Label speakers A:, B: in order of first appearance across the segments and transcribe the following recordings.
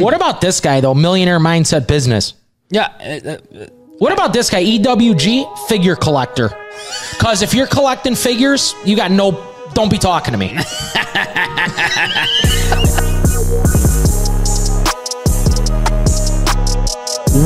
A: What about this guy though? Millionaire mindset business.
B: Yeah. uh,
A: What about this guy? EWG figure collector. Cause if you're collecting figures, you got no. Don't be talking to me.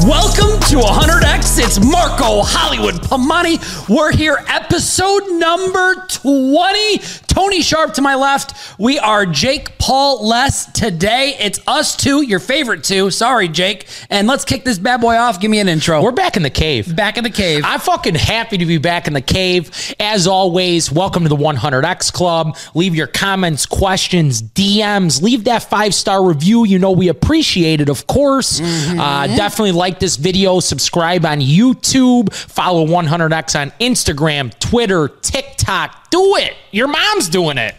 B: Welcome to 100X. It's Marco Hollywood Pomani. We're here, episode number 20. Tony Sharp to my left. We are Jake Paul Less today. It's us two, your favorite two. Sorry, Jake. And let's kick this bad boy off. Give me an intro.
A: We're back in the cave.
B: back in the cave.
A: I'm fucking happy to be back in the cave. As always, welcome to the 100X Club. Leave your comments, questions, DMs. Leave that five star review. You know, we appreciate it, of course.
B: Mm-hmm.
A: Uh, definitely like this video, subscribe on YouTube, follow 100X on Instagram, Twitter, TikTok. Do it. Your mom's doing it.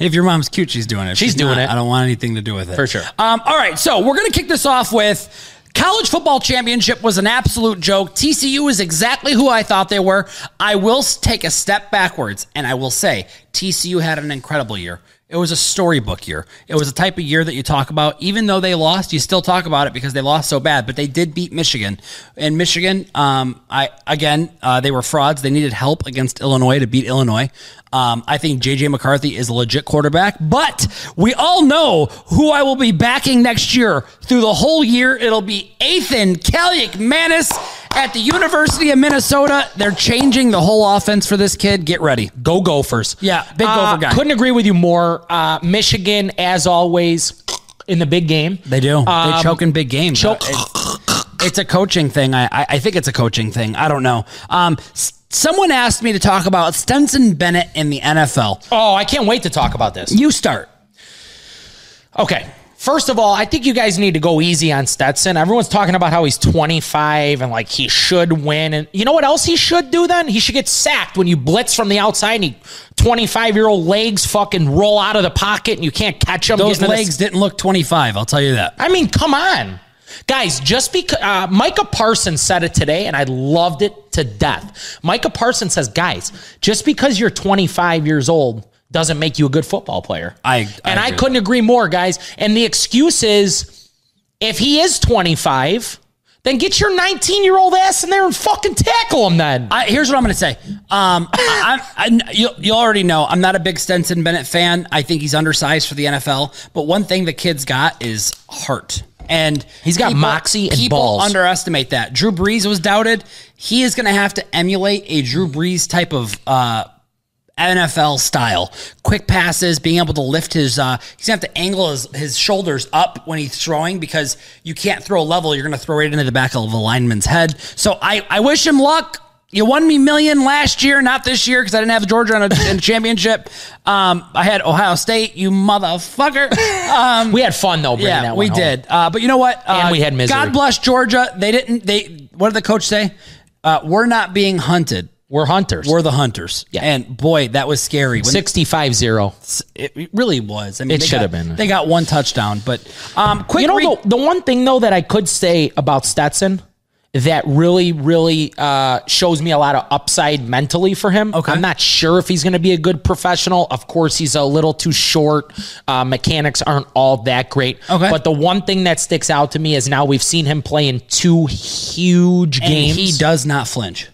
B: If your mom's cute, she's doing it. If
A: She's doing
B: not,
A: it.
B: I don't want anything to do with it.
A: For sure.
B: Um, all right, so we're going to kick this off with college football championship was an absolute joke. TCU is exactly who I thought they were. I will s- take a step backwards and I will say TCU had an incredible year. It was a storybook year. It was a type of year that you talk about. Even though they lost, you still talk about it because they lost so bad. But they did beat Michigan, and Michigan, um, I again, uh, they were frauds. They needed help against Illinois to beat Illinois. Um, I think JJ McCarthy is a legit quarterback, but we all know who I will be backing next year through the whole year. It'll be Ethan Kalyuk Manis at the University of Minnesota. They're changing the whole offense for this kid. Get ready.
A: Go Gophers.
B: Yeah, big
A: Uh,
B: Gopher guy.
A: Couldn't agree with you more. Uh, Michigan, as always, in the big game.
B: They do. they
A: Um,
B: choke in big games. Uh,
A: choke.
B: It- it's a coaching thing. I, I I think it's a coaching thing. I don't know. Um, s- someone asked me to talk about Stenson Bennett in the NFL.
A: Oh, I can't wait to talk about this.
B: You start.
A: Okay. First of all, I think you guys need to go easy on Stetson. Everyone's talking about how he's 25 and like he should win. And you know what else he should do then? He should get sacked when you blitz from the outside and he 25 year old legs fucking roll out of the pocket and you can't catch them.
B: Those legs didn't look 25. I'll tell you that.
A: I mean, come on. Guys, just because uh, Micah Parsons said it today, and I loved it to death. Micah Parsons says, guys, just because you're 25 years old doesn't make you a good football player.
B: I- I
A: and I,
B: agree.
A: couldn't agree more, guys. And the excuse is if he is 25, then get your 19 year old ass in there and fucking tackle him then.
B: I, here's what I'm going to say. Um, I, I, I, you, you already know I'm not a big Stenson Bennett fan. I think he's undersized for the NFL. But one thing the kid's got is heart. And
A: He's got moxie and
B: people
A: balls.
B: underestimate that. Drew Brees was doubted. He is going to have to emulate a Drew Brees type of uh, NFL style. Quick passes, being able to lift his uh he's gonna have to angle his, his shoulders up when he's throwing because you can't throw level, you're gonna throw right into the back of a lineman's head. So I, I wish him luck. You won me million last year, not this year, because I didn't have Georgia on a, in a championship. Um, I had Ohio State, you motherfucker. Um,
A: we had fun though, bringing
B: yeah,
A: that one
B: we
A: home.
B: did. Uh, but you know what? Uh,
A: And we had misery.
B: God bless Georgia. They didn't. They what did the coach say? Uh, we're not being hunted.
A: We're hunters.
B: We're the hunters.
A: Yeah.
B: And boy, that was scary. When
A: 65 0.
B: it really was. I mean,
A: It
B: they
A: should
B: got-
A: have been.
B: They got one touchdown, but um, quick.
A: You know,
B: re-
A: the, the one thing though that I could say about Stetson that really, really uh, shows me a lot of upside mentally for him.
B: Okay.
A: I'm not sure if he's going to be a good professional. Of course, he's a little too short. Uh, mechanics aren't all that great.
B: Okay.
A: But the one thing that sticks out to me is now we've seen him play in two huge
B: and
A: games.
B: he does not flinch.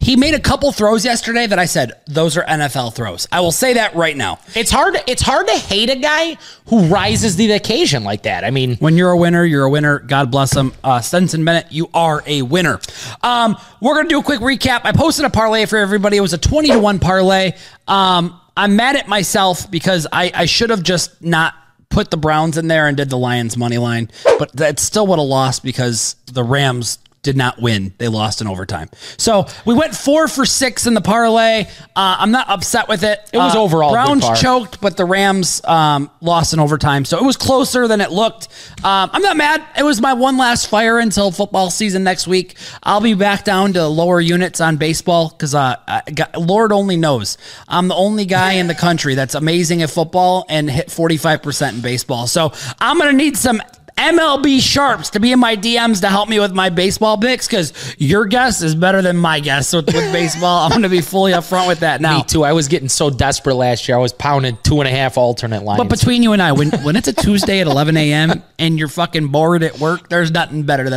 B: He made a couple throws yesterday that I said those are NFL throws. I will say that right now.
A: it's hard. It's hard to hate a guy who rises to the occasion like that. I mean,
B: When you're a winner, you're a winner. God bless him. Uh, Stenson Bennett, you are a winner. Um, we're going to do a quick recap. I posted a parlay for everybody. It was a 20 to 1 parlay. Um, I'm mad at myself because I, I should have just not put the Browns in there and did the Lions money line, but that's still what a loss because the Rams did not win. They lost in overtime. So we went four for six in the parlay. Uh, I'm not upset with it. It
A: was overall a good
B: Browns
A: par.
B: choked choked, but the Rams um, lost in overtime, so it was closer than it looked. Um, I'm not mad. It was my one last fire until football season next week. I'll be back down to lower units on baseball because uh, I got- Lord only knows I'm the only guy in the country that's amazing at football and hit 45 percent in baseball. So I'm gonna need some MLB sharps to be in my DMs to help me with my baseball picks because your guess is better than my guess with, with baseball. I'm going to be fully upfront with that now.
A: Me too. I was getting so desperate last year. I was pounding two and a half alternate lines.
B: But between you and I, when when it's a Tuesday at 11 a.m. and you're fucking bored at work, there's nothing better than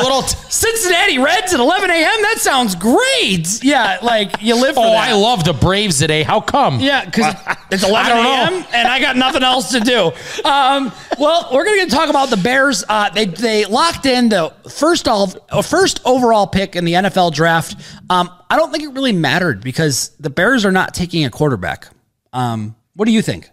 A: oh, little. T-
B: Cincinnati Reds at 11 a.m. That sounds great. Yeah, like you live for
A: oh,
B: that.
A: I love the Braves today. How come?
B: Yeah, because it's 11
A: I don't
B: a.m. and I got nothing else to do. Um, well, we're going to talk about the Bears. Uh, they they locked in the first all uh, first overall pick in the NFL draft. Um, I don't think it really mattered because the Bears are not taking a quarterback. Um, what do you think?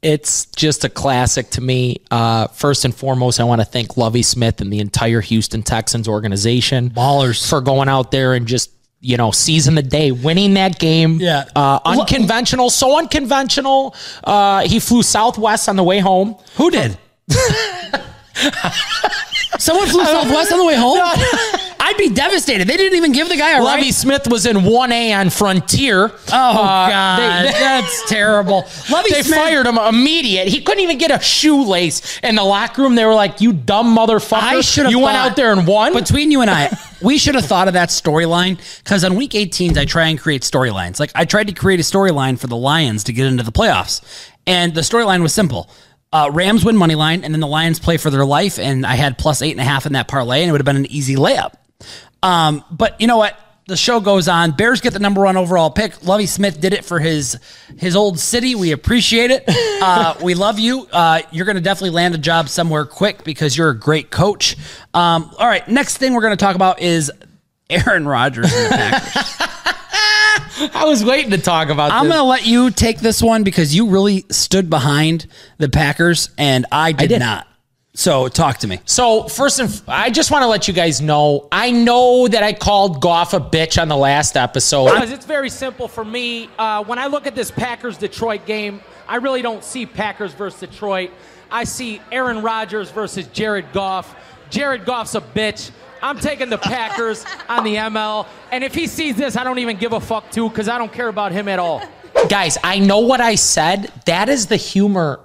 A: It's just a classic to me. Uh, first and foremost, I want to thank Lovey Smith and the entire Houston Texans organization
B: Ballers.
A: for going out there and just you know seizing the day, winning that game.
B: Yeah.
A: uh, unconventional, so unconventional. Uh, he flew Southwest on the way home.
B: Who did? Someone flew Southwest on the way home. I'd be devastated. They didn't even give the guy a
A: Lovey
B: ride.
A: Smith was in one A on Frontier.
B: Oh
A: Uh,
B: God,
A: they-
B: that's terrible. Lovey
A: They
B: Smith-
A: fired him immediate. He couldn't even get a shoelace in the locker room. They were like, "You dumb motherfucker!
B: I should have
A: you went
B: thought-
A: out there and won."
B: Between you and I, we should have thought of that storyline because on week 18s, I try and create storylines. Like I tried to create a storyline for the Lions to get into the playoffs, and the storyline was simple: uh, Rams win money line, and then the Lions play for their life. And I had plus eight and a half in that parlay, and it would have been an easy layup. Um, but you know what? The show goes on. Bears get the number one overall pick. Lovey Smith did it for his his old city. We appreciate it. Uh, we love you. Uh, you're going to definitely land a job somewhere quick because you're a great coach. Um, all right. Next thing we're going to talk about is Aaron Rodgers. and the Packers.
A: I was waiting to talk about.
B: I'm
A: this.
B: going to let you take this one because you really stood behind the Packers and I did,
A: did.
B: not. So talk to me.
A: So first, and f- I just want to let you guys know. I know that I called Goff a bitch on the last episode.
C: Because it's very simple for me. Uh, when I look at this Packers Detroit game, I really don't see Packers versus Detroit. I see Aaron Rodgers versus Jared Goff. Jared Goff's a bitch. I'm taking the Packers on the ML. And if he sees this, I don't even give a fuck too, because I don't care about him at all.
A: guys, I know what I said. That is the humor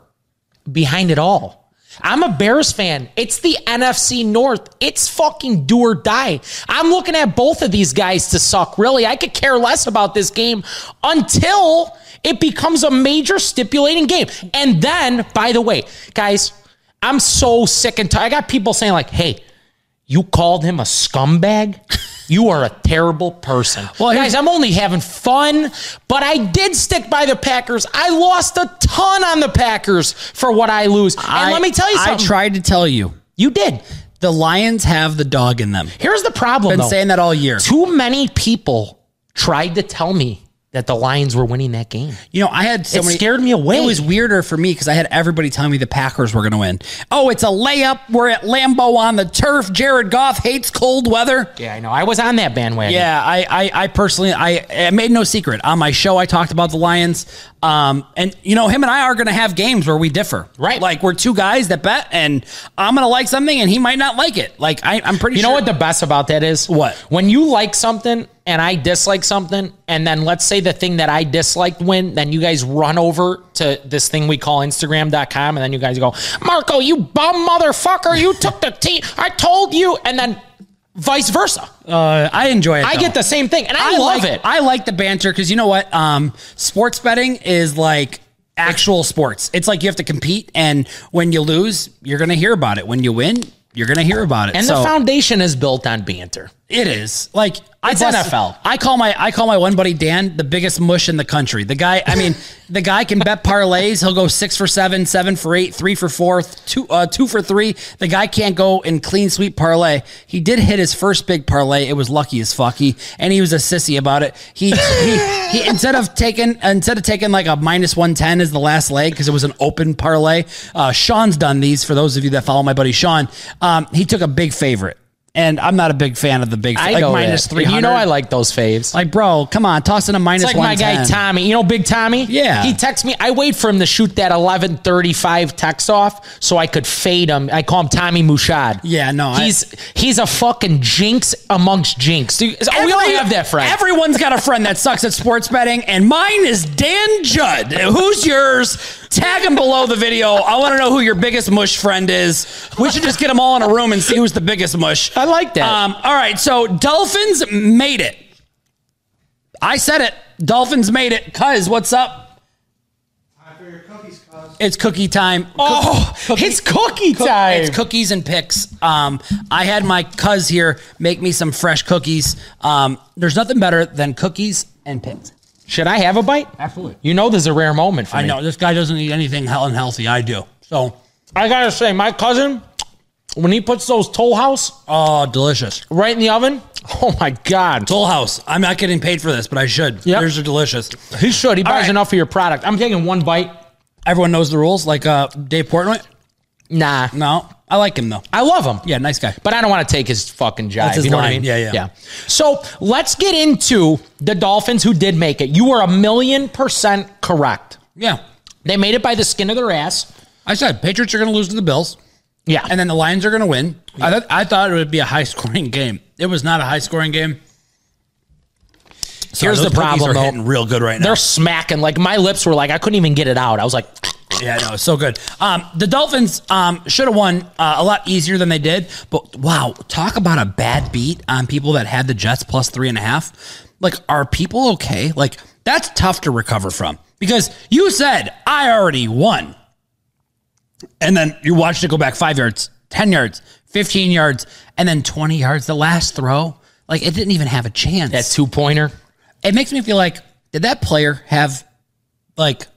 A: behind it all. I'm a Bears fan. It's the NFC North. It's fucking do or die. I'm looking at both of these guys to suck. Really, I could care less about this game until it becomes a major stipulating game. And then, by the way, guys, I'm so sick and tired. I got people saying like, "Hey, you called him a scumbag? You are a terrible person.
B: Well,
A: Well,
B: here's-
A: guys, I'm only having fun, but I did stick by the Packers. I lost a ton on the Packers for what I lose. And
B: I-
A: let me tell you something.
B: I tried to tell you
A: you did.
B: the Lions have the dog in them.
A: Here's the problem,
B: Been
A: though.
B: saying that all year.
A: Too many people tried to tell me that the Lions were winning that game.
B: You know, I had so
A: It
B: many.
A: scared me away.
B: It was weirder for me because I had everybody telling me the Packers were going to win. Oh, it's a layup. We're at Lambeau on the turf. Jared Goff hates cold weather.
A: Yeah, I know. I was on that bandwagon.
B: Yeah, I, I, I personally, I, I made no secret on my show. I talked about the Lions, um, and you know, him and I are going to have games where we differ.
A: Right.
B: like we're two guys that bet, and I'm going to like something, and he might not like it. Like I, I'm pretty.
A: You
B: sure.
A: know what the best about that is?
B: What?
A: When you like something and I dislike something, and then let's say the thing that I disliked win, then you guys run over to this thing we call Instagram.com, and then you guys go, Marco, you bum motherfucker, you took the team. I told you, and then vice versa.
B: uh, I enjoy it.
A: I
B: though.
A: get the same thing, and I, love
B: like,
A: it.
B: I like the banter because you know what? Um, sports betting is like actual sports. It's like you have to compete, and when you lose, you're gonna hear about it. When you win, you're gonna hear about it.
A: and
B: so
A: the foundation is built on banter.
B: it is like I
A: It's
B: bust-
A: NFL.
B: I call my I call my one buddy Dan the biggest mush in the country. The guy, I mean, the guy can bet parlays. He'll go six for seven, seven for eight, three for four, two uh, two for three. The guy can't go in clean sweep parlay. He did hit his first big parlay. It was lucky as fuck. He and he was a sissy about it. He he, he instead of taking instead of taking like a minus one ten as the last leg because it was an open parlay. Uh, Sean's done these for those of you that follow my buddy Sean. Um, he took a big favorite. And I'm not a big fan of the big
A: I
B: like
A: know
B: minus
A: that.
B: three.
A: You know I like those faves.
B: like, bro, come on, toss in a minus
A: It's like my guy
B: 110.
A: Tommy. You know Big Tommy?
B: Yeah.
A: He texts me. I wait for him to shoot that 11:35 text off so I could fade him. I call him Tommy Mushad.
B: Yeah, no, I-
A: He's he's a fucking jinx amongst jinx. Dude, Oh, we all
B: Every-
A: have that friend.
B: Everyone's got a friend that sucks at sports betting, and mine is Dan Judd. Who's yours? Tag him below the video. I want to know who your biggest mush friend is. We should just get them all in a room and see who's the biggest mush.
A: I like that.
B: Um, all right, so Dolphins made it. I said it. Dolphins made it. Cuz, what's up? It's cookie time.
A: Oh, it's cookie
B: Cook-
A: time.
B: It's cookies and picks. Um, I had my cuz here make me some fresh cookies. Um, there's nothing better than cookies and picks.
A: Should I have a bite?
B: Absolutely.
A: You know, this is a rare moment for
B: I
A: me.
B: know this guy doesn't eat anything hell unhealthy. I do. So,
A: I gotta say, my cousin, when he puts those Toll House
B: oh, delicious.
A: right in the oven, oh my god,
B: Toll House. I'm not getting paid for this, but I should.
A: Yep.
B: Yours are delicious.
A: he should. He buys
B: right.
A: enough of your product. I'm taking one bite.
B: Everyone knows the rules, like uh, Dave Portnoy.
A: Nah,
B: No, I like him though.
A: I love him.
B: Yeah, nice guy.
A: but I don't want to take his fucking job.
B: That's his
A: you know what I
B: line.
A: mean?
B: Yeah, yeah.
A: yeah. So let's get into the Dolphins who did make it. You were a million percent correct.
B: Yeah,
A: They made it by the skin of their ass.
B: I said Patriots are going to lose to the Bills,
A: Yeah,
B: and then the Lions are going to win. I, th- I thought it would be a high scoring game. It was not a high scoring game. Sorry,
A: Here's
B: those
A: the
B: cookies
A: problem,
B: are
A: though.
B: hitting real good right now.
A: they're smacking. Like my lips were like I couldn't even get it out. I was like,
B: Yeah, no, so good. Um, the Dolphins um, should have won uh, a lot easier than they did, but wow, talk about a bad beat on people that had the Jets plus three and a half. Like, are people okay? Like, that's tough to recover from because you said I already won, and then you watched it go back five yards, ten yards, fifteen yards, and then twenty yards. The last throw, like, it didn't even have a chance
A: that two pointer.
B: it makes me feel like did that player have like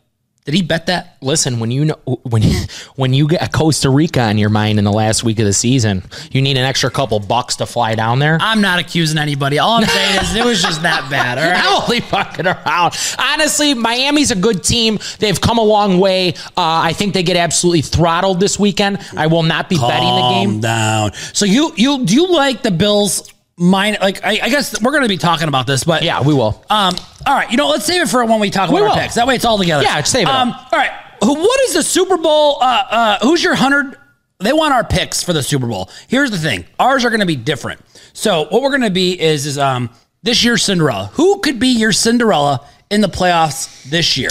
B: did he bet that
A: Listen, when you know when you, when you get Costa Rica on your mind in the last week of the season, you need an extra couple bucks to fly down there.
B: i'm not accusing anybody all i'm saying is it was just that bad all right
A: I'm only fucking around. Honestly, Miami's a good team. They've come a long way. Uh, I think they get absolutely throttled this weekend. I will not be betting the game.
B: Calm down so you you do you like the bills mine like I, I guess we're gonna be talking about this but
A: Yeah, we will.
B: um all right you know let's save it for when we talk
A: We
B: about our
A: will.
B: picks that way it's all together
A: Yeah, save it
B: um all right Who- what is the super bowl uh uh who's your hundred they want our picks for the super bowl here's the thing ours are gonna be different so what we're gonna be is is um this year's cinderella who could be your cinderella in the playoffs this year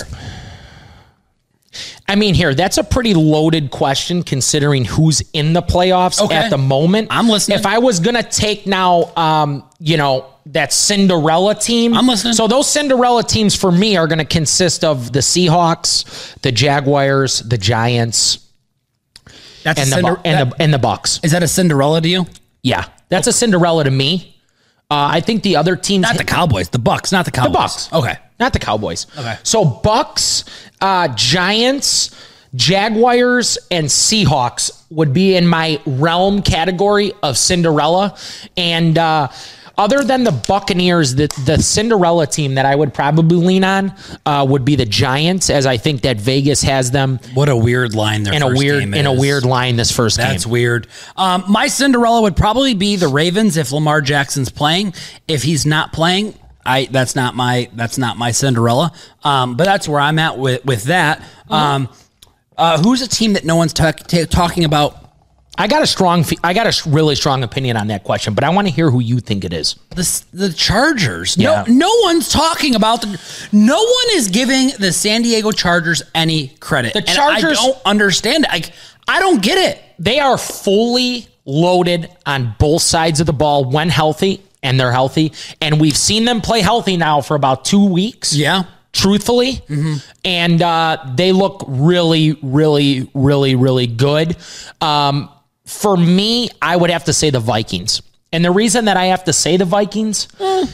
A: I mean, here that's a pretty loaded question considering who's in the playoffs
B: Okay.
A: at the moment.
B: I'm listening.
A: If I was gonna take now, um, you know that Cinderella team.
B: I'm listening.
A: So those Cinderella teams for me are gonna consist of the Seahawks, the Jaguars, the Giants,
B: that's
A: and
B: a
A: the
B: Cinder-
A: Bu- and
B: that-
A: the and the Bucks.
B: is that a cinderella to you
A: Yeah, that's a Cinderella to me. Uh, I think the other teams,
B: not the cowboys the bucks not the cowboys
A: Bucks.
B: okay
A: not the Cowboys.
B: Okay.
A: So Bucks, uh, Giants, Jaguars, and Seahawks would be in my realm category of Cinderella, and uh, other than the Buccaneers, the the Cinderella team that I would probably lean on uh, would be the Giants, as I think that Vegas has them
B: what a weird line there
A: in a weird in a weird line this first
B: That's
A: game.
B: weird. Um, my Cinderella would probably be the Ravens if Lamar Jackson's playing. If he's not playing, I that's not my that's not my Cinderella. Um, but that's where I'm at with with that. Um, uh, who's a team that no one's talk, ta talking about?
A: I got a strong, fe- I got a s- really strong opinion on that question, but I want to hear who you think it is.
B: The S- the Chargers.
A: Yeah.
B: No no one's talking about the. No one is giving the San Diego Chargers any credit.
A: The
B: And
A: Chargers-
B: I don't understand it. Like I don't get it.
A: they are fully loaded on both sides of the ball when healthy and they're healthy and we've seen them play healthy now for about two weeks
B: Yeah.
A: truthfully and uh, they look really really really really good um, for me i would have to say the vikings and the reason that i have to say the vikings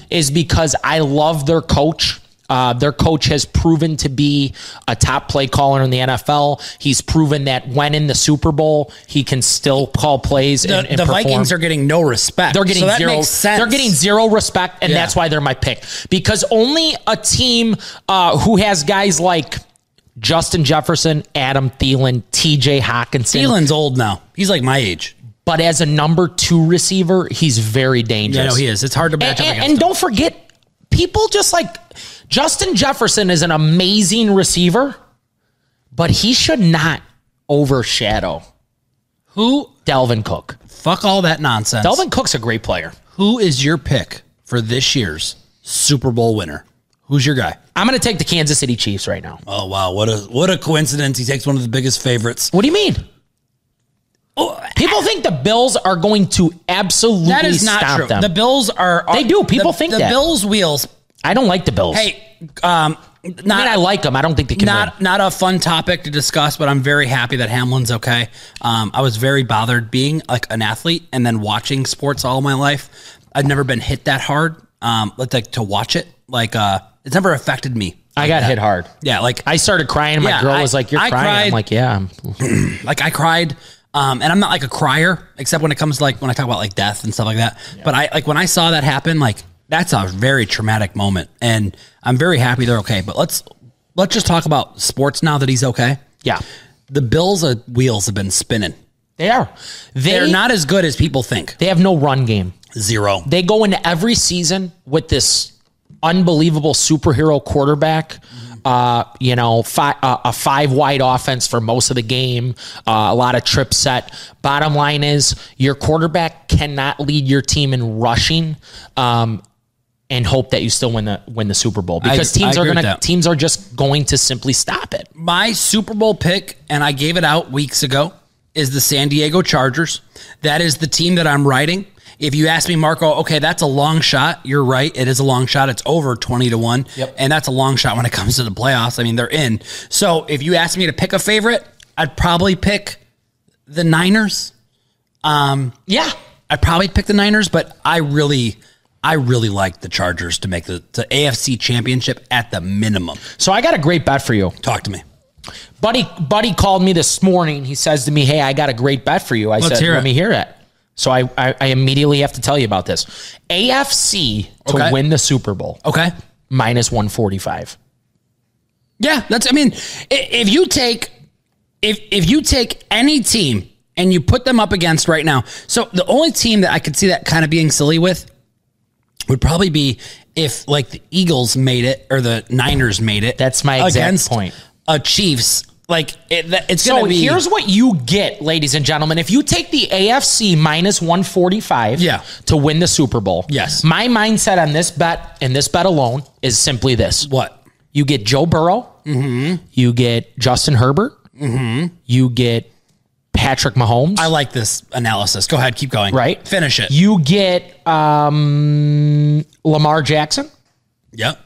A: is because i love their coach uh, their coach has proven to be a top play caller in the NFL. He's proven that when in the Super Bowl, he can still call plays.
B: The,
A: and, and
B: the
A: perform.
B: Vikings are getting no respect.
A: They're getting
B: so that
A: zero.
B: Makes sense.
A: They're getting zero respect, and
B: Yeah.
A: that's why they're my pick. Because only a team uh, who has guys like Justin Jefferson, Adam Thielen, T.J. Hawkinson,
B: Thielen's old now. He's like my age.
A: but as a number two receiver, he's very dangerous.
B: Yeah, no, he is. It's hard to
A: And,
B: match up
A: and-
B: against.
A: and
B: him.
A: don't forget, people just like Justin Jefferson is an amazing receiver, but he should not overshadow
B: Who?
A: Delvin Cook.
B: Fuck all that nonsense.
A: Delvin Cook's a great player.
B: Who is your pick for this year's Super Bowl winner? Who's your guy?
A: I'm going to take the Kansas City Chiefs right now.
B: Oh wow, what a what a coincidence! He takes one of the biggest favorites.
A: What do you mean? People think the Bills are going to absolutely
B: Oh, That is not
A: stomp
B: true.
A: them.
B: The Bills are, are-
A: They do. People
B: the,
A: think
B: the
A: that.
B: Bills wheels.
A: I don't like the Bills.
B: Hey,
A: I
B: um,
A: mean, I
B: not
A: like them. I don't think they can win.
B: not not a fun topic to discuss, but I'm very happy that Hamlin's okay. Um, I was very bothered being like an athlete and then watching sports all my life. I've never been hit that hard. Um, like, like to watch it, like uh, it's never affected me.
A: I got hit hard.
B: Yeah, like
A: I started crying. My
B: Yeah,
A: girl
B: I-
A: was like, "You're
B: I
A: crying." I'm
B: cried.
A: like, "Yeah." I'm-
B: like I cried. Um, and I'm not like a crier, except when it comes to like when I talk about like death and stuff like that. But I like when I saw that happen, like that's a very traumatic moment, and I'm very happy they're okay. But let's let's just talk about sports now that he's okay.
A: Yeah,
B: The Bills' uh, wheels have been spinning.
A: they are. They,
B: They're
A: are not.
B: not as good as people think.
A: They have no run game.
B: Zero.
A: They go into every season with this unbelievable superhero quarterback.
B: Mm-hmm.
A: Uh, you know, fi- uh, a five wide offense for most of the game. Uh, a lot of trip set. Bottom line is, your quarterback cannot lead your team in rushing. Um, and hope that you still win the win the Super Bowl because
B: I
A: teams are
B: agree with
A: going to
B: that.
A: teams are just going to simply stop it.
B: my Super Bowl pick, and I gave it out weeks ago, is the San Diego Chargers. That is the team that I'm riding. If you ask me, Marco, okay, that's a long shot. You're right. It is a long shot. It's over 20 to 1.
A: Yep.
B: And that's a long shot when it comes to the playoffs. I mean, they're in. So if you ask me to pick a favorite, I'd probably pick the Niners. Um,
A: Yeah,
B: I probably pick the Niners, but I really, I really like the Chargers to make the, the AFC championship at the minimum.
A: So I got a great bet for you.
B: Talk to me.
A: Buddy Buddy called me this morning. He says to me, Hey, I got a great bet for you. I
B: Let's
A: said,
B: hear
A: Let
B: it.
A: me hear it. So I, I, I immediately have to tell you about this. AFC to
B: Okay.
A: win the Super Bowl
B: Okay.
A: minus 145.
B: Yeah, that's. I mean, i- if you take if if you take any team and you put them up against right now, so the only team that I could see that kind of being silly with would probably be if like the Eagles made it or the Niners made it.
A: That's my exact point.
B: A Chiefs like it, that, it's
A: So
B: gonna be
A: here's what you get, ladies and gentlemen. If you take the AFC minus 145
B: Yeah.
A: to win the Super Bowl,
B: Yes.
A: my mindset on this bet and this bet alone is simply this.
B: what
A: You get Joe Burrow.
B: Mm-hmm.
A: You get Justin Herbert. You get Patrick Mahomes.
B: I like this analysis. Go ahead, keep going.
A: Right.
B: finish it.
A: You get um, Lamar Jackson
B: yep.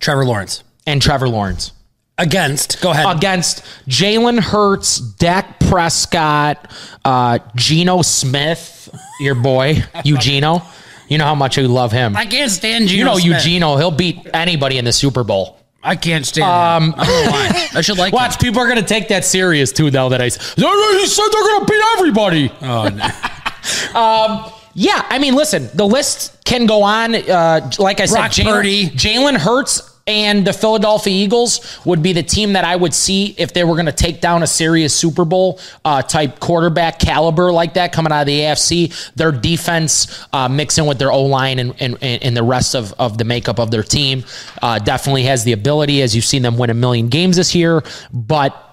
B: Trevor Lawrence
A: and Trevor Lawrence
B: against. Go ahead.
A: against Jalen Hurts, Dak Prescott, uh, Geno Smith, your boy Eugenio. You know how much you love him.
B: I can't stand Geno
A: you know
B: Smith.
A: Eugenio. He'll beat anybody in the Super Bowl.
B: I can't stand. Um, I don't know why. I should like.
A: Watch, people are going to take that serious too. Now that I s- he said they're going to beat everybody.
B: Oh, no.
A: Yeah, I mean, listen, the list can go on. Uh, like I
B: Brock
A: said,
B: Purdy.
A: Jalen, Jalen Hurts and the Philadelphia Eagles would be the team that I would see if they were going to take down a serious Super Bowl uh, type quarterback caliber like that coming out of the AFC. Their defense uh, mixing with their O line and, and and the rest of, of the makeup of their team uh, definitely has the ability, as you've seen them win a million games this year. But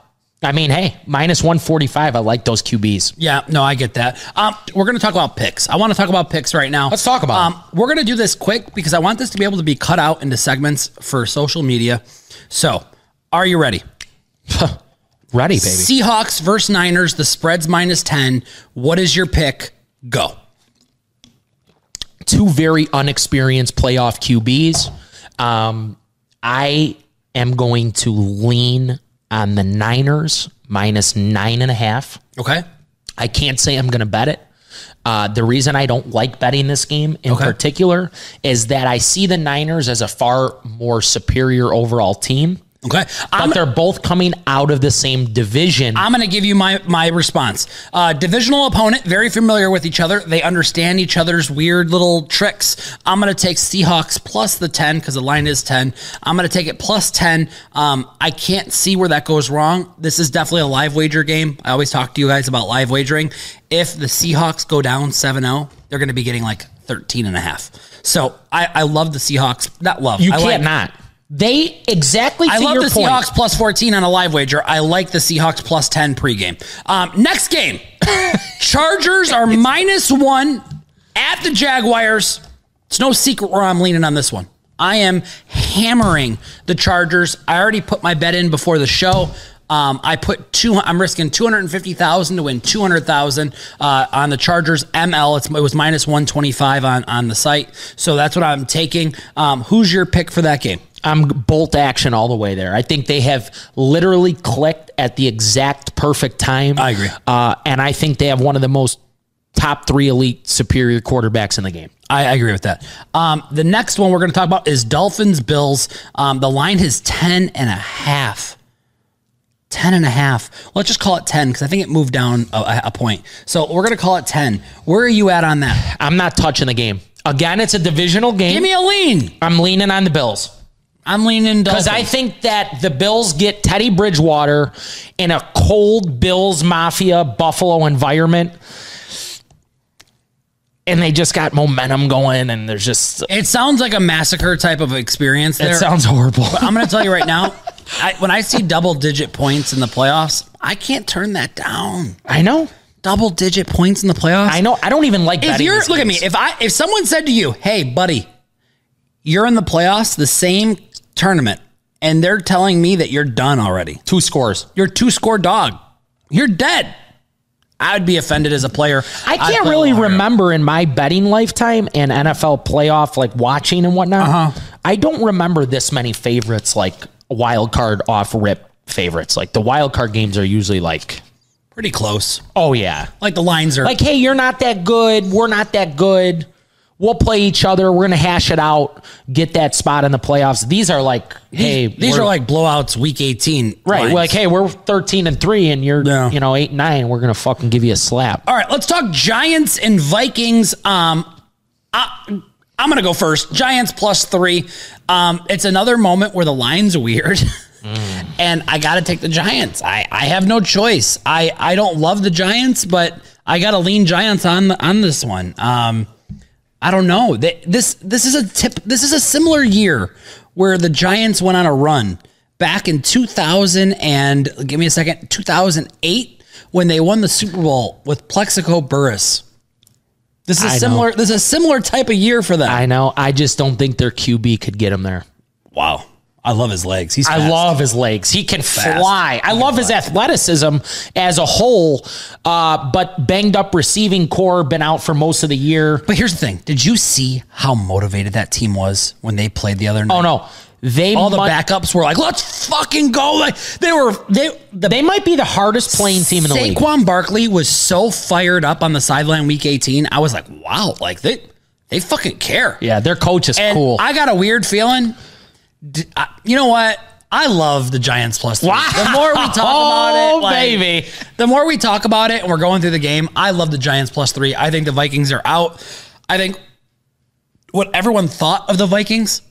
A: I mean, hey, minus one forty five. I like those QBs.
B: Yeah, no, I get that. Um, we're going to talk about picks. I want to talk about picks right now.
A: Let's talk about them.
B: Um, we're going to do this quick because I want this to be able to be cut out into segments for social media. So, are you ready?
A: Ready, baby.
B: Seahawks versus Niners. The spread's minus ten. What is your pick? Go.
A: two very unexperienced playoff QBs. Um, I am going to lean on the Niners minus nine and a half.
B: Okay.
A: I can't say I'm going to bet it. Uh, the reason I don't like betting this game in
B: Okay.
A: particular is that I see the Niners as a far more superior overall team,
B: Okay.
A: but
B: I'm,
A: they're both coming out of the same division.
B: I'm going to give you my my response. Uh, divisional opponent, very familiar with each other. They understand each other's weird little tricks. I'm going to take Seahawks plus the ten because the line is ten. I'm going to take it plus ten. Um, I can't see where that goes wrong. This is definitely a live wager game. I always talk to you guys about live wagering. If the Seahawks go down 7-0, they're going to be getting like 13 and a half. So I, I love the Seahawks. Not love.
A: you
B: I
A: can't
B: like-
A: not. They exactly.
B: I
A: to
B: love
A: your
B: the
A: point.
B: Seahawks plus 14 on a live wager. I like the Seahawks plus 10 pregame. Um, next game Chargers are minus one at the Jaguars. It's no secret where I'm leaning on this one. I am hammering the Chargers. I already put my bet in before the show. Um, I put two. I'm risking two hundred and fifty thousand to win two hundred thousand uh, on the Chargers ML. It's, it was minus one twenty five on on the site, so that's what I'm taking. Um, who's your pick for that game?
A: I'm bolt action all the way there. I think they have literally clicked at the exact perfect time.
B: I agree.
A: Uh, and I think they have one of the most top three elite superior quarterbacks in the game.
B: I I agree with that. Um, the next one we're going to talk about is Dolphins Bills. Um, the line is 10 and a half. 10 and a half. Let's just call it 10 because I think it moved down a, a point. So we're going to call it 10. Where are you at on that?
A: I'm not touching the game. Again, it's a divisional game.
B: Give me a lean.
A: I'm leaning on the Bills.
B: I'm leaning
A: Because
B: Dolphins.
A: I think that the Bills get Teddy Bridgewater in a cold Bills Mafia Buffalo environment. And they just got momentum going, and there's just.
B: it sounds like a massacre type of experience there.
A: It sounds horrible.
B: I'm going to tell you right now. I, when I see double digit points in the playoffs, I can't turn that down.
A: I know.
B: Double digit points in the playoffs.
A: I know. I don't even like
B: if
A: betting
B: you're
A: these
B: look at me,
A: games.
B: if I if someone said to you, "Hey, buddy, you're in the playoffs, the same tournament, and they're telling me that you're done already.
A: two scores.
B: You're two score dog. You're dead." I would be offended as a player.
A: I
B: I'd
A: can't
B: play a
A: really
B: little harder.
A: remember in my betting lifetime and NFL playoff, like watching and whatnot. I don't remember this many favorites, like wild card off rip favorites. Like the wild card games are usually like,
B: Pretty close.
A: oh yeah,
B: Like the lines are.
A: like hey, you're not that good, we're not that good, we'll play each other, we're gonna hash it out, get that spot in the playoffs. These are like, hey,
B: these
A: we're-
B: are like blowouts. Week eighteen.
A: right,
B: lines.
A: we're like hey, we're thirteen and three, and you're
B: Yeah.
A: you know eight and nine, we're gonna fucking give you a slap.
B: All right, let's talk Giants and Vikings. Um, I, I'm gonna go first. Giants plus three. Um, it's another moment where the line's weird, and I gotta take the Giants. I, I have no choice. I, I don't love the Giants, but I gotta lean Giants on the, on this one. Um, I don't know. They, this this is a tip. This is a similar year where the Giants went on a run back in 2000 and give me a second 2008 when they won the Super Bowl with Plexico Burris. This is a
A: I know.
B: similar. This is a similar type of year for them.
A: I know. I just don't think their QB could get him there.
B: wow, I love his legs. He's
A: I
B: fast.
A: love his legs. He can fly. I
B: He
A: love
B: can
A: his athleticism as a whole, uh, but banged up receiving core, been out for most of the year.
B: But here's the thing: Did you see how motivated that team was when they played the other night?
A: Oh no, they
B: All the
A: might,
B: backups were like, "Let's fucking go!" Like they were. They the
A: They might be the hardest playing team in the league.
B: Saquon Barkley was so fired up on the sideline week 18. I was like, wow, like they they fucking care.
A: Yeah, their coach is
B: And
A: cool.
B: I got a weird feeling. D- I- you know what? I love the Giants plus three.
A: Wow.
B: The more we talk about
A: Oh,
B: it, like,
A: baby.
B: The more we talk about it, and we're going through the game. I love the Giants plus three. I think the Vikings are out. I think what everyone thought of the Vikings,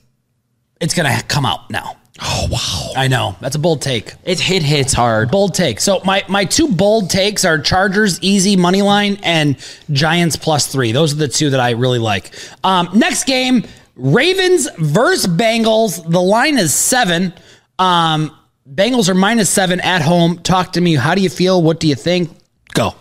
B: it's gonna come out now. Oh wow! I know that's a bold take.
A: it hit hits hard.
B: Bold take. So my my two bold takes are Chargers easy money line and Giants plus three. Those are the two that I really like. Um, next game, Ravens versus Bengals. The line is seven. Um, Bengals are minus seven at home. Talk to me. How do you feel? What do you think? Go.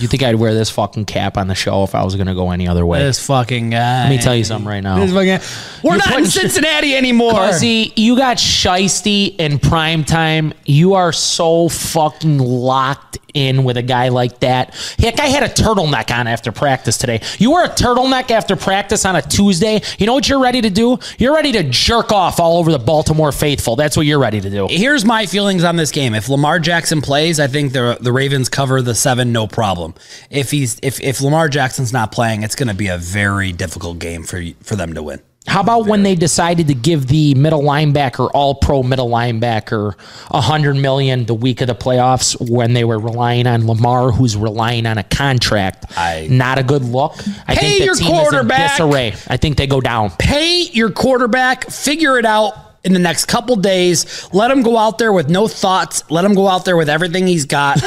A: You think I'd wear this fucking cap on the show if I was going to go any other way?
B: This fucking guy.
A: Let me tell you something right now.
B: We're
A: You're
B: not in
A: putting shit-
B: Cincinnati anymore.
A: Buzzy, you got shisty in prime time. You are so fucking locked in with a guy like that. Heck, I had a turtleneck on after practice today. You wear a turtleneck after practice on a Tuesday. You know what you're ready to do? You're ready to jerk off all over the Baltimore faithful. That's what you're ready to do.
B: here's my feelings on this game. If Lamar Jackson plays, I think the the Ravens cover the seven, no problem. If he's if if Lamar Jackson's not playing, it's going to be a very difficult game for you- for them to win.
A: How about when they decided to give the middle linebacker, all pro middle linebacker, a hundred million the week of the playoffs when they were relying on Lamar, who's relying on a contract?
B: I-
A: Not a good look. I
B: Pay your
A: is in
B: quarterback.
A: disarray. I think they go down.
B: Pay your quarterback, figure it out in the next couple days. Let him go out there with no thoughts. Let him go out there with everything he's got.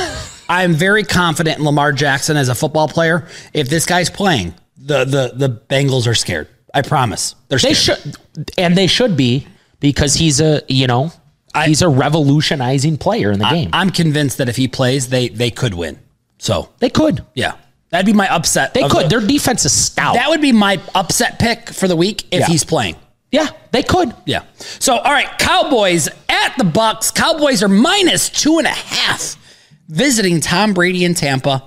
B: I'm very confident in Lamar Jackson as a football player. If this guy's playing, the the the Bengals are scared. I promise. They're
A: They
B: scared.
A: should, and they should be because he's a you know he's a revolutionizing player in the game.
B: I'm convinced that if he plays, they they could win. So
A: they could.
B: yeah, That'd be my upset.
A: They
B: of
A: could.
B: the-
A: Their defense is stout.
B: that would be my upset pick for the week if
A: Yeah.
B: he's playing.
A: yeah, they could.
B: Yeah. So, all right, Cowboys at the Bucks. Cowboys are minus two and a half visiting Tom Brady in Tampa.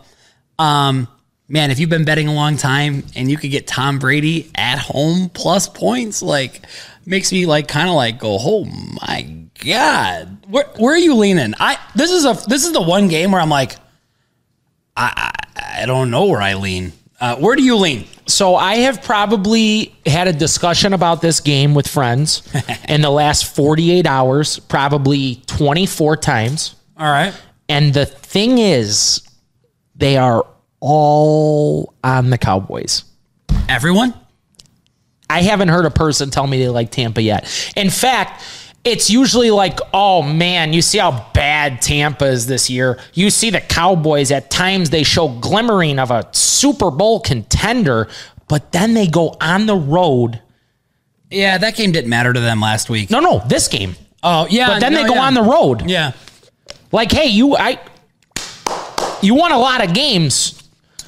B: Um, man, if you've been betting a long time and you could get Tom Brady at home plus points, like makes me like kind of like go, oh my god, where where are you leaning? I this is a this is the one game where I'm like, I I, I don't know where I lean. Uh, where do you lean?
A: So I have probably had a discussion about this game with friends in the last 48 hours, probably 24 times.
B: All right.
A: And the thing is, they are all on the Cowboys.
B: Everyone?
A: I haven't heard a person tell me they like Tampa yet. In fact, it's usually like, oh man, you see how bad Tampa is this year. You see the Cowboys at times they show glimmering of a Super Bowl contender, but then they go on the road.
B: Yeah, that game didn't matter to them last week.
A: No, no, this game.
B: Oh yeah,
A: But then
B: no,
A: they go
B: yeah.
A: on the road.
B: yeah.
A: Like, hey, you I you won a lot of games.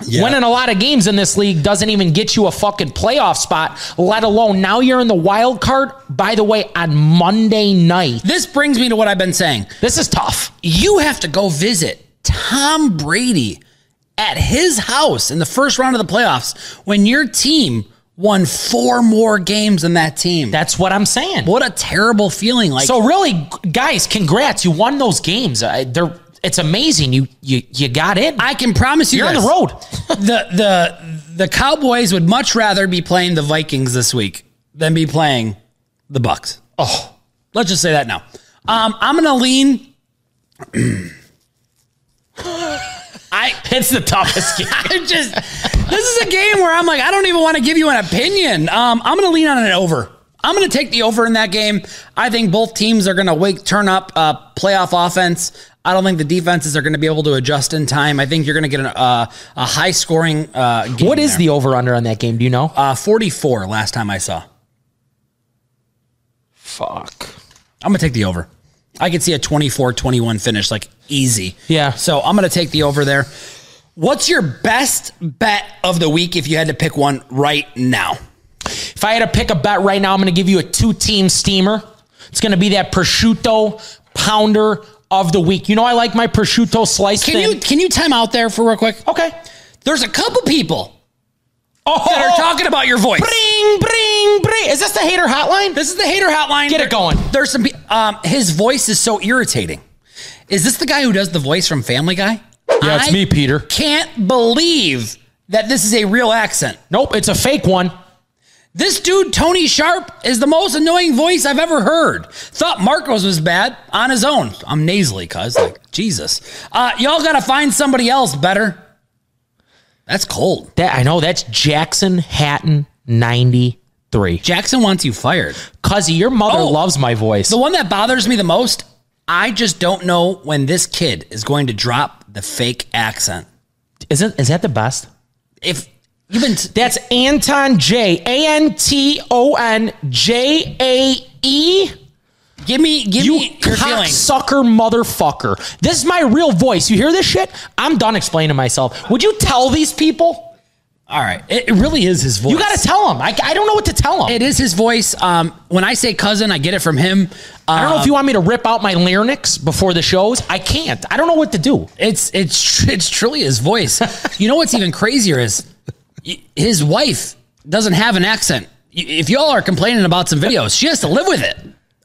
B: Yeah.
A: Winning a lot of games in this league doesn't even get you a fucking playoff spot, let alone now you're in the wild card. By the way, on Monday night.
B: This brings me to what I've been saying.
A: This is tough.
B: You have to go visit Tom Brady at his house in the first round of the playoffs when your team won four more games than that team.
A: That's what I'm saying.
B: what a terrible feeling! Like
A: So really, g- guys, congrats. You won those games. I, they're, it's amazing. You you you got in.
B: I can promise you,
A: You're on
B: this.
A: the road.
B: the the the Cowboys would much rather be playing the Vikings this week than be playing the Bucks. Oh, let's just say that now. Um, I'm gonna lean. I
A: it's the toughest game.
B: I'm just this is a game where I'm like I don't even want to give you an opinion. Um, I'm gonna lean on an over. I'm gonna take the over in that game. I think both teams are gonna wake turn up uh, playoff offense. I don't think the defenses are going to be able to adjust in time. I think you're going to get an, uh, a high scoring uh, game.
A: What is
B: there.
A: the over under on that game? Do you know?
B: Uh, 44 last time I saw.
A: Fuck.
B: I'm going to take the over. I could see a 24 21 finish, like easy.
A: Yeah.
B: So I'm going to take the over there. What's your best bet of the week if you had to pick one right now?
A: If I had to pick a bet right now, I'm going to give you a two team steamer. It's going to be that prosciutto pounder of the week. You know, I like my prosciutto slice.
B: Can you can you time out there for real quick?
A: Okay.
B: There's a couple people
A: Oh,
B: that are talking about your voice.
A: Bring, bring, bring. Is this the hater hotline?
B: This is the hater hotline.
A: Get it going.
B: There's some. pe- Um, his voice is so irritating. Is this the guy who does the voice from Family Guy?
A: Yeah, it's
B: I
A: me, Peter.
B: Can't believe that this is a real accent.
A: Nope, it's a fake one.
B: This dude, Tony Sharp, is the most annoying voice I've ever heard. Thought Marcos was bad on his own. I'm nasally, cuz. Like, Jesus. Uh, y'all gotta find somebody else better. That's cold.
A: That I know that's Jackson Hatton 93.
B: Jackson wants you fired.
A: Cuzzy, your mother
B: Oh.
A: loves my voice.
B: The one that bothers me the most, I just don't know when this kid is going to drop the fake accent.
A: Isn't is that the best?
B: If you've been. T-
A: That's Anton J. A N T O N J A E.
B: give me, give
A: You
B: me your feelings.
A: cocksucker motherfucker. This is my real voice. You hear this shit? I'm done explaining myself. Would you tell these people?
B: All right. It, it really is his voice.
A: You got to tell them. I, I don't know what to tell them.
B: It is his voice. Um, when I say cousin, I get it from him. Uh,
A: I don't know if you want me to rip out my larynx before the shows. I can't. I don't know what to do.
B: It's it's tr- it's truly his voice. You know what's even crazier is y- his wife doesn't have an accent. Y- If y'all are complaining about some videos, she has to live with it.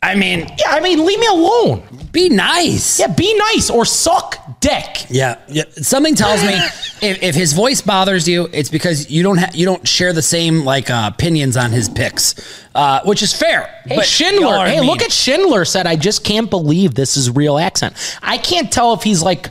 B: I mean,
A: Yeah, I mean, leave me alone.
B: be nice.
A: Yeah, be nice or suck dick.
B: yeah, yeah. Something tells me if, if his voice bothers you, it's because you don't ha- you don't share the same like uh, opinions on his picks, uh, which is fair.
A: Hey,
B: but y'all
A: Schindler.
B: are
A: Hey,
B: mean.
A: look at Schindler said, I just can't believe this is real accent. I can't tell if he's like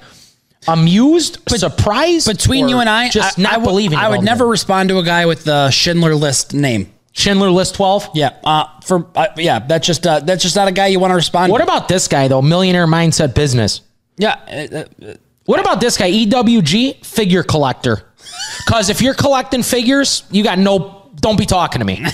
A: amused, surprised.
B: between
A: or
B: you and I.
A: just
B: I,
A: not
B: I would-
A: believing. it
B: I would
A: all
B: never
A: together.
B: respond to a guy with the Schindler List name.
A: Schindler list 12.
B: Yeah, uh, for uh, yeah, that's just uh, that's just not a guy you want to respond.
A: What
B: to.
A: about this guy, though? Millionaire mindset business.
B: yeah, uh, uh,
A: What about this guy, EWG, figure collector? Because if you're collecting figures, you got no. Don't be talking to me.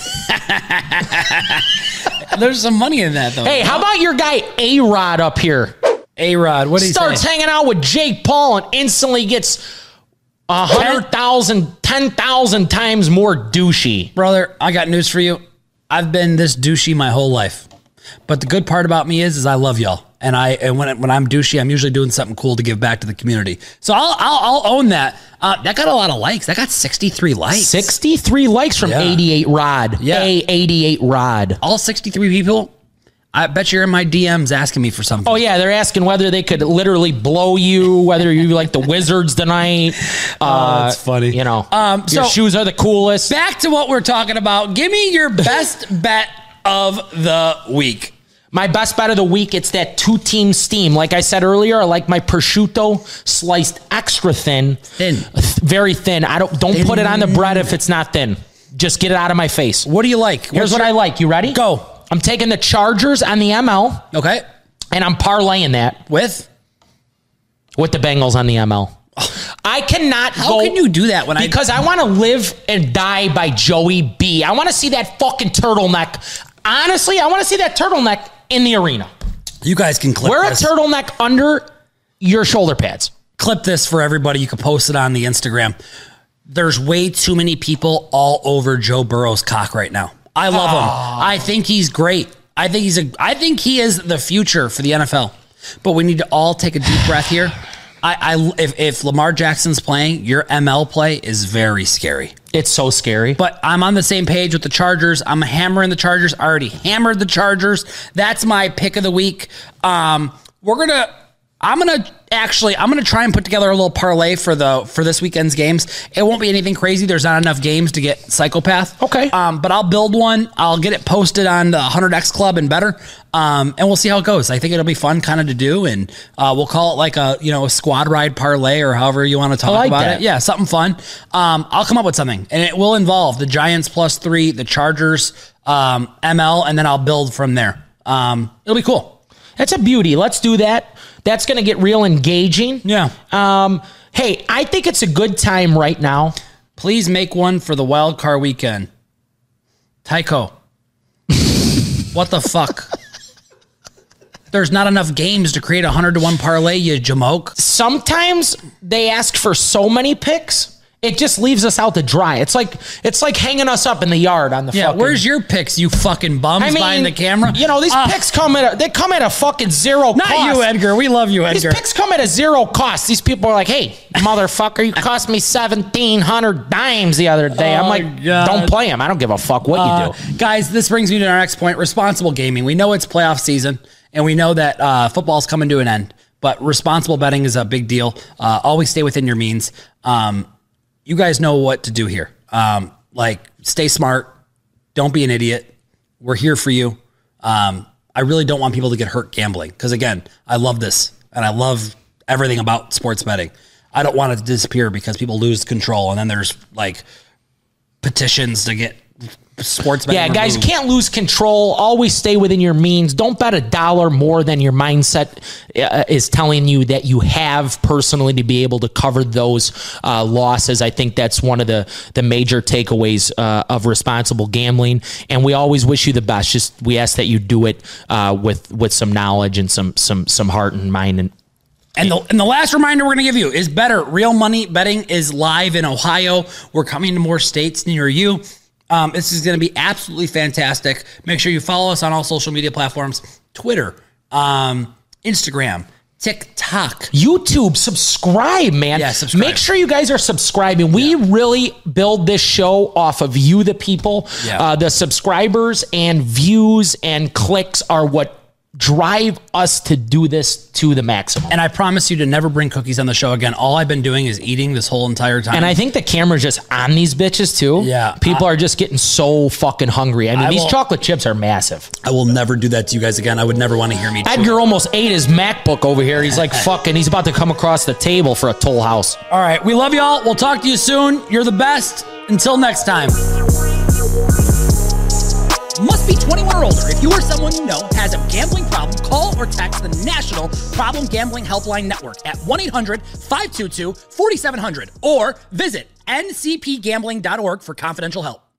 B: uh, there's some money in that though.
A: Hey, how about your guy A Rod up here?
B: A Rod, what do you
A: starts
B: say?
A: hanging out with Jake Paul and instantly gets a hundred thousand, ten thousand times more douchey.
B: brother, I got news for you. I've been this douchey my whole life. But the good part about me is, is I love y'all, and I and when when I'm douchey, I'm usually doing something cool to give back to the community. So I'll I'll, I'll own that. Uh, that got a lot of likes. That got 63 likes.
A: 63 likes from
B: Yeah.
A: 88 Rod.
B: Yeah.
A: A 88 Rod.
B: All 63 people. I bet you're in my DMs asking me for something.
A: Oh yeah, they're asking whether they could literally blow you, whether you like the Wizards tonight. Uh,
B: that's funny.
A: You know,
B: Um,
A: your
B: so-
A: shoes are the coolest.
B: Back to what we're talking about. Give me your best bet of the week.
A: My best bet of the week, it's that two team steam. Like I said earlier, I like my prosciutto sliced extra thin.
B: Thin.
A: Th- Very thin. I don't don't put it on the bread if it's not thin. Just get it out of my face.
B: What do you like?
A: Here's what I like. You ready?
B: Go.
A: I'm taking the Chargers on the ML
B: I okay
A: and I'm parlaying that
B: with.
A: with the Bengals on the ML. I cannot
B: How
A: go
B: can you do that when I
A: because I want to live and die by Joey B. I want to see that fucking turtleneck. Honestly, I want to see that turtleneck in the arena.
B: you guys can clip
A: Wear a
B: this.
A: turtleneck under your shoulder pads.
B: clip this for everybody. You can post it on the Instagram. There's way too many people all over Joe Burrow's cock right now. I love him. I think he's great. I think he's a I think he is the future for the NFL. But we need to all take a deep breath here. I, I if, if Lamar Jackson's playing, your ML play is very scary.
A: It's so scary. But
B: But I'm on the same page with the Chargers. I'm hammering the Chargers. I already hammered the Chargers. That's my pick of the week. Um, we're gonna. I'm gonna actually. I'm gonna try and put together a little parlay for the for this weekend's games. It won't be anything crazy. There's not enough games to get psychopath.
A: Okay.
B: Um, but I'll build one. I'll get it posted on the 100x Club and better. Um, and we'll see how it goes. I think it'll be fun, kind of to do, and uh, we'll call it like a you know a squad ride parlay or however you want to talk
A: like
B: about
A: that.
B: it. Yeah yeah, something fun. Um, I'll come up with something, and it will involve the Giants plus three, the Chargers, um, ML, and then I'll build from there. Um, it'll be cool.
A: that's a beauty. Let's do that. That's going to get real engaging.
B: Yeah.
A: Um, hey, I think it's a good time right now.
B: Please make one for the wild card weekend. Tycho, what the fuck? There's not enough games to create a hundred to one parlay, you jamoke.
A: Sometimes they ask for so many picks, it just leaves us out to dry. It's like it's like hanging us up in the yard on the
B: Yeah,
A: fucking
B: where's your picks, you fucking bums
A: I mean,
B: behind the camera?
A: You know, these
B: Uh,
A: picks come at a, they come at a fucking zero
B: Not
A: cost.
B: you, Edgar. We love you,
A: These
B: Edgar.
A: picks come at a zero cost. These people are like, "Hey, motherfucker, you cost me seventeen hundred dimes the other day." I'm
B: Oh,
A: like,
B: God.
A: "Don't play them. I don't give a fuck what you do."
B: Uh, Guys, this brings me to our next point responsible gaming. We know it's playoff season, and we know that uh, football's coming to an end, but responsible betting is a big deal. Uh, always stay within your means. Um, you guys know what to do here. Um, like, stay smart, don't be an idiot. We're here for you. Um, I really don't want people to get hurt gambling because, again, I love this and I love everything about sports betting. I don't want it to disappear because people lose control and then there's like petitions to get sports betting.
A: Yeah, guys, you
B: removed.
A: can't lose control. Always stay within your means. Don't bet a dollar more than your mindset uh, is telling you that you have personally to be able to cover those uh, losses. I think that's one of the the major takeaways uh, of responsible gambling. And we always wish you the best. Just we ask that you do it uh, with with some knowledge and some some some heart and mind and
B: And the, and the last reminder we're going to give you is better. Real money betting is live in Ohio. We're coming to more states near you. Um, this is going to be absolutely fantastic. Make sure you follow us on all social media platforms Twitter, um, Instagram, TikTok.
A: YouTube, subscribe, man.
B: Yeah, subscribe.
A: Make sure you guys are subscribing. We really build this show off of you, the people.
B: Yeah.
A: Uh, the subscribers and views and clicks are what drive us to do this to the maximum. And,
B: And I promise you to never bring cookies on the show again. All I've been doing is eating this whole entire time.
A: I think the camera's just on these bitches too.
B: Yeah.
A: People are just getting so fucking hungry. I mean,
B: I
A: these
B: will-
A: chocolate chips are massive.
B: I will never do that to you guys again. I would never want to hear me. do it.
A: Edgar almost ate his MacBook over here. He's like, fucking, he's about to come across the table for a toll house.
B: All right. We love y'all. We'll talk to you soon. You're the best. Until next time. Must be 21 or older. If you or someone you know has a gambling problem, call or text the National Problem Gambling Helpline Network at 1 800 522 4700 or visit ncpgambling.org for confidential help.